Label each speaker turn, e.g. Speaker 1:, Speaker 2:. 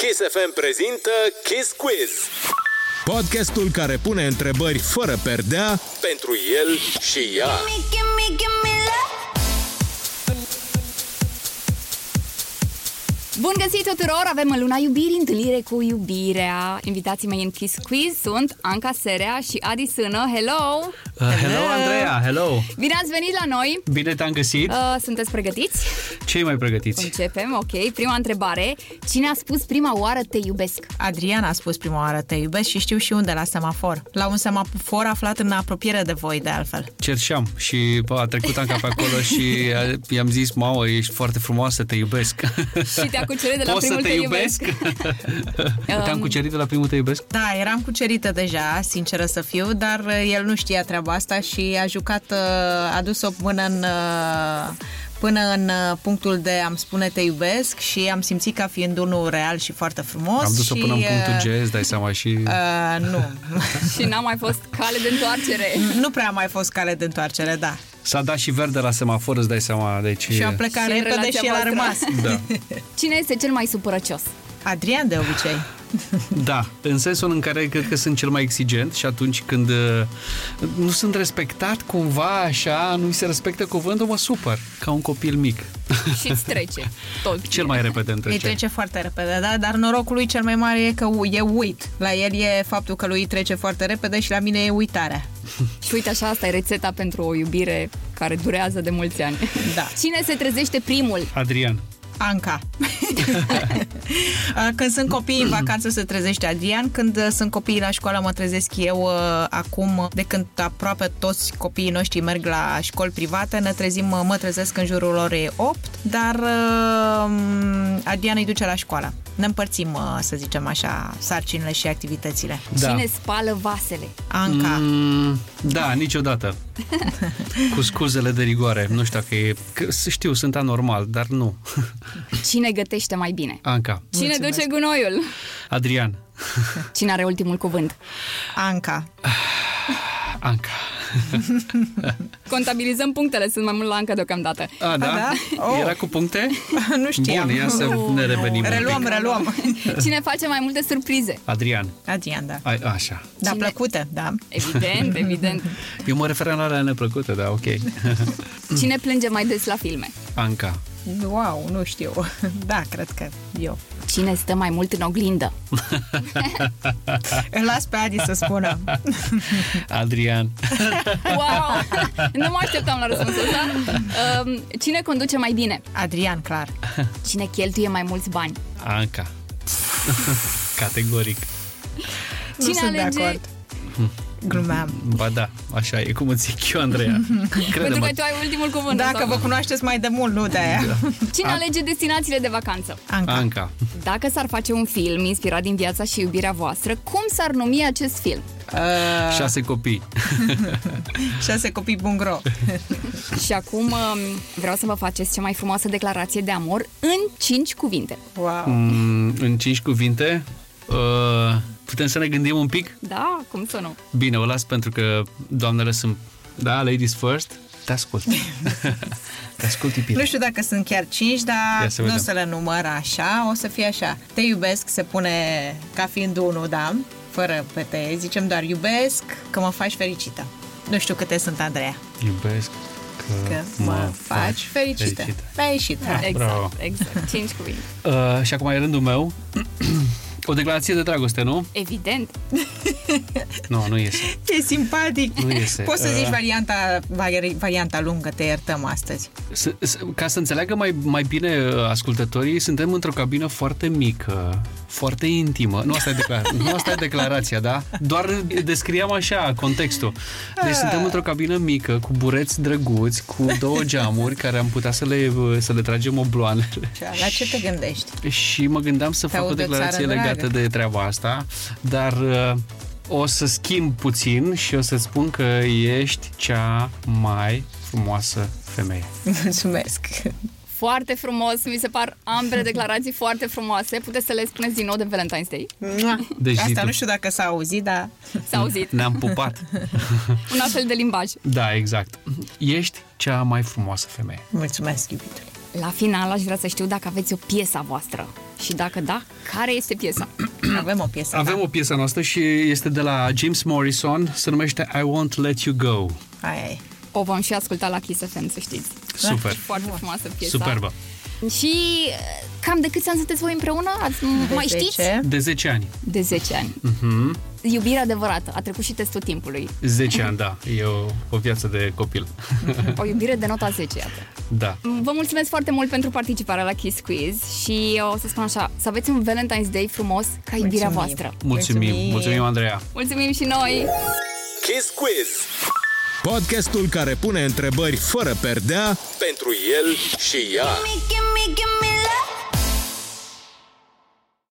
Speaker 1: Kiss FM prezintă Kiss Quiz.
Speaker 2: Podcastul care pune întrebări fără perdea
Speaker 1: Pentru el și ea.
Speaker 3: Bun găsit tuturor! Avem în luna iubirii întâlnire cu iubirea. Invitații mei în Kiss Quiz sunt Anca Serea și Adi Sână. Hello!
Speaker 4: Uh, hello, Andreea! Hello!
Speaker 3: Bine ați venit la noi!
Speaker 4: Bine te-am găsit!
Speaker 3: Uh, sunteți pregătiți?
Speaker 4: Cei mai pregătiți?
Speaker 3: Începem, ok. Prima întrebare. Cine a spus prima oară te iubesc?
Speaker 5: Adriana a spus prima oară te iubesc și știu și unde, la semafor. La un semafor aflat în apropiere de voi, de altfel.
Speaker 4: Cerșeam și bă, a trecut Anca pe acolo și a- i-am zis, mamă, ești foarte frumoasă, te iubesc.
Speaker 3: Și te-a cucerit de la
Speaker 4: Poți să
Speaker 3: primul Um,
Speaker 4: te iubesc? Te-am cucerit de la primul te iubesc?
Speaker 5: Da, eram cucerită deja, sinceră să fiu, dar uh, el nu știa treaba asta și a jucat, uh, a dus-o până în... uh, până în uh, punctul de am spune te iubesc și am simțit ca fiind unul real și foarte frumos.
Speaker 4: Am dus-o
Speaker 5: și,
Speaker 4: până în punctul
Speaker 5: uh,
Speaker 4: G, îți dai seama și...
Speaker 5: Uh, nu.
Speaker 3: Și n-a mai fost cale de întoarcere.
Speaker 5: nu prea a mai fost cale de întoarcere, da.
Speaker 4: S-a dat și verde la semafor, îți dai seama, deci...
Speaker 5: Și a
Speaker 3: Și
Speaker 5: plecat
Speaker 3: în
Speaker 5: repede
Speaker 3: relația
Speaker 5: și el a
Speaker 3: voastră.
Speaker 5: rămas.
Speaker 4: Da.
Speaker 3: Cine este cel mai supărăcios?
Speaker 5: Adrian, de obicei.
Speaker 4: Da, în sensul în care cred că sunt cel mai exigent și atunci când uh, nu sunt respectat cumva așa, nu mi se respectă cuvântul, mă supăr, ca un copil mic.
Speaker 3: Și îți trece tot.
Speaker 4: Cel mai repede îmi
Speaker 5: Îi
Speaker 4: trece.
Speaker 5: trece foarte repede, da? Dar norocul lui cel mai mare e că u- e uit. La el e faptul că lui trece foarte repede și la mine e uitarea.
Speaker 3: Și uite așa, asta e rețeta pentru o iubire care durează de mulți ani.
Speaker 5: Da.
Speaker 3: Cine se trezește primul?
Speaker 4: Adrian.
Speaker 5: Anca. când sunt copii în vacanță se trezește Adrian, când uh, sunt copii la școală mă trezesc eu uh, acum, de când aproape toți copiii noștri merg la școli private, ne trezim, uh, mă trezesc în jurul orei 8, dar uh, Adrian îi duce la școală. Ne împărțim, uh, să zicem așa, sarcinile și activitățile.
Speaker 4: Da.
Speaker 3: Cine spală vasele?
Speaker 5: Anca.
Speaker 4: Mm, da, niciodată. Cu scuzele de rigoare. Nu știu dacă e... Că, știu, sunt anormal, dar nu.
Speaker 3: Cine gătește mai bine?
Speaker 4: Anca.
Speaker 3: Cine duce gunoiul?
Speaker 4: Adrian.
Speaker 3: Cine are ultimul cuvânt?
Speaker 5: Anca.
Speaker 4: Anca.
Speaker 3: Contabilizăm punctele, sunt mai mult la Anca deocamdată.
Speaker 4: A, da?
Speaker 5: da? Oh.
Speaker 4: Era cu puncte?
Speaker 5: nu știam.
Speaker 4: Bun, ia să ne revenim un
Speaker 5: Reluăm,
Speaker 4: pic.
Speaker 5: reluăm.
Speaker 3: Cine face mai multe surprize?
Speaker 4: Adrian.
Speaker 5: Adrian, da.
Speaker 4: A, așa.
Speaker 5: Da,
Speaker 3: Cine-
Speaker 5: plăcute, da.
Speaker 3: Evident, evident.
Speaker 4: Eu mă referam la alea neplăcute, da, ok.
Speaker 3: Cine plânge mai des la filme?
Speaker 4: Anca.
Speaker 5: Wow, nu știu. Da, cred că eu.
Speaker 3: Cine stă mai mult în oglindă?
Speaker 5: Îl las pe Adi să spună.
Speaker 4: Adrian.
Speaker 3: Wow! Nu mă așteptam la răspunsul ăsta. Um, Cine conduce mai bine?
Speaker 5: Adrian, clar.
Speaker 3: Cine cheltuie mai mulți bani?
Speaker 4: Anca. Categoric.
Speaker 5: Nu
Speaker 3: Cine
Speaker 5: sunt
Speaker 3: alege-
Speaker 5: de acord.
Speaker 4: Hm.
Speaker 5: Glumeam.
Speaker 4: Ba da, așa e cum îți zic eu, Andreea.
Speaker 3: Pentru
Speaker 4: Crede-mă.
Speaker 3: că tu ai ultimul cuvânt.
Speaker 5: Dacă
Speaker 3: sau-
Speaker 5: vă cunoașteți mai de mult, nu de aia.
Speaker 4: Da.
Speaker 3: Cine alege destinațiile de vacanță?
Speaker 5: Anca.
Speaker 4: Anca.
Speaker 3: Dacă s-ar face un film inspirat din viața și iubirea voastră, cum s-ar numi acest film?
Speaker 5: Da.
Speaker 4: Șase copii.
Speaker 5: Șase copii bungro.
Speaker 3: Și acum um, vreau să vă faceți cea mai frumoasă declarație de amor în 5 cuvinte.
Speaker 5: Wow.
Speaker 4: Mm, în cinci cuvinte, uh, putem să ne gândim un pic?
Speaker 3: Da, cum să nu?
Speaker 4: Bine, o las pentru că doamnele sunt, da, ladies first, te ascult. te ascult,
Speaker 5: Nu
Speaker 4: Ipir.
Speaker 5: știu dacă sunt chiar cinci,
Speaker 4: Ia
Speaker 5: dar
Speaker 4: să
Speaker 5: nu o
Speaker 4: vedem.
Speaker 5: să le număr așa. O să fie așa. Te iubesc se pune ca fiind unul, da? Fără pe te. Zicem doar iubesc, că mă faci fericită. Nu știu câte sunt, Andreea.
Speaker 4: Iubesc Mm,
Speaker 5: Că mă faci fericită. Ai ieșit.
Speaker 4: Da.
Speaker 3: Exact,
Speaker 4: bravo.
Speaker 3: exact. 5 cuvinte.
Speaker 4: Uh, și acum e rândul meu. o declarație de dragoste, nu?
Speaker 3: Evident.
Speaker 4: Nu, nu iese.
Speaker 5: E simpatic.
Speaker 4: Nu iese.
Speaker 5: Poți să
Speaker 4: Uh.
Speaker 5: zici varianta, vari- varianta lungă, te iertăm astăzi.
Speaker 4: S- s- Ca să înțeleagă mai, mai bine uh, ascultătorii, suntem într-o cabină foarte mică, foarte intimă. Nu asta e, declar- nu asta e declarația, da? Doar descriam așa contextul. Deci
Speaker 5: Ah.
Speaker 4: suntem într-o cabină mică, cu bureți drăguți, cu două geamuri care am putea să le, uh, să le tragem obloanele.
Speaker 5: La ce te gândești?
Speaker 4: Și mă gândeam să
Speaker 5: Te
Speaker 4: fac o
Speaker 5: aud de
Speaker 4: declarație
Speaker 5: țară
Speaker 4: legată
Speaker 5: dragă.
Speaker 4: de treaba asta, dar uh, o să schimb puțin și o să spun că ești cea mai frumoasă femeie.
Speaker 5: Mulțumesc.
Speaker 3: Foarte frumos, mi se par ambele declarații foarte frumoase. Puteți să le spuneți din nou de Valentine's Day?
Speaker 4: Deci zi
Speaker 5: Asta
Speaker 4: tu.
Speaker 5: nu știu dacă s-a auzit, dar
Speaker 3: S-a auzit?
Speaker 4: Ne-am pupat.
Speaker 3: Un astfel de limbaj.
Speaker 4: Da, exact. Ești cea mai frumoasă femeie.
Speaker 5: mulțumesc, iubitule.
Speaker 3: La final aș vrea să știu dacă aveți o piesă a voastră. Și dacă da, care este piesa?
Speaker 5: Avem o piesă. da.
Speaker 4: Avem o piesă noastră și este de la James Morrison, se numește I Won't Let You Go.
Speaker 5: da? Aia e.
Speaker 3: O vom și asculta la Kiss FM, să știți.
Speaker 4: Super.
Speaker 3: Foarte frumoasă
Speaker 5: da.
Speaker 3: piesa.
Speaker 4: Superbă.
Speaker 3: Și uh, cam de câți ani sunteți voi împreună? Ați,
Speaker 5: De
Speaker 3: mai știți?
Speaker 5: 10.
Speaker 4: De 10 ani.
Speaker 3: De 10 ani. Uh-huh. Iubire adevărată. A trecut și testul timpului.
Speaker 4: 10 ani, da. E o, o viață de copil.
Speaker 3: O iubire de nota 10, iată.
Speaker 4: da.
Speaker 3: Vă mulțumesc foarte mult pentru participarea la Kiss Quiz și uh, o să spun așa, să aveți un Valentine's Day frumos ca iubirea
Speaker 5: Mulțumim.
Speaker 3: voastră.
Speaker 4: Mulțumim.
Speaker 5: Mulțumim.
Speaker 4: Mulțumim, Andreea.
Speaker 3: Mulțumim și noi!
Speaker 1: Kiss Quiz.
Speaker 2: Podcastul care pune întrebări fără perdea
Speaker 1: Pentru el și ea.
Speaker 6: Gimme, gimme, gimme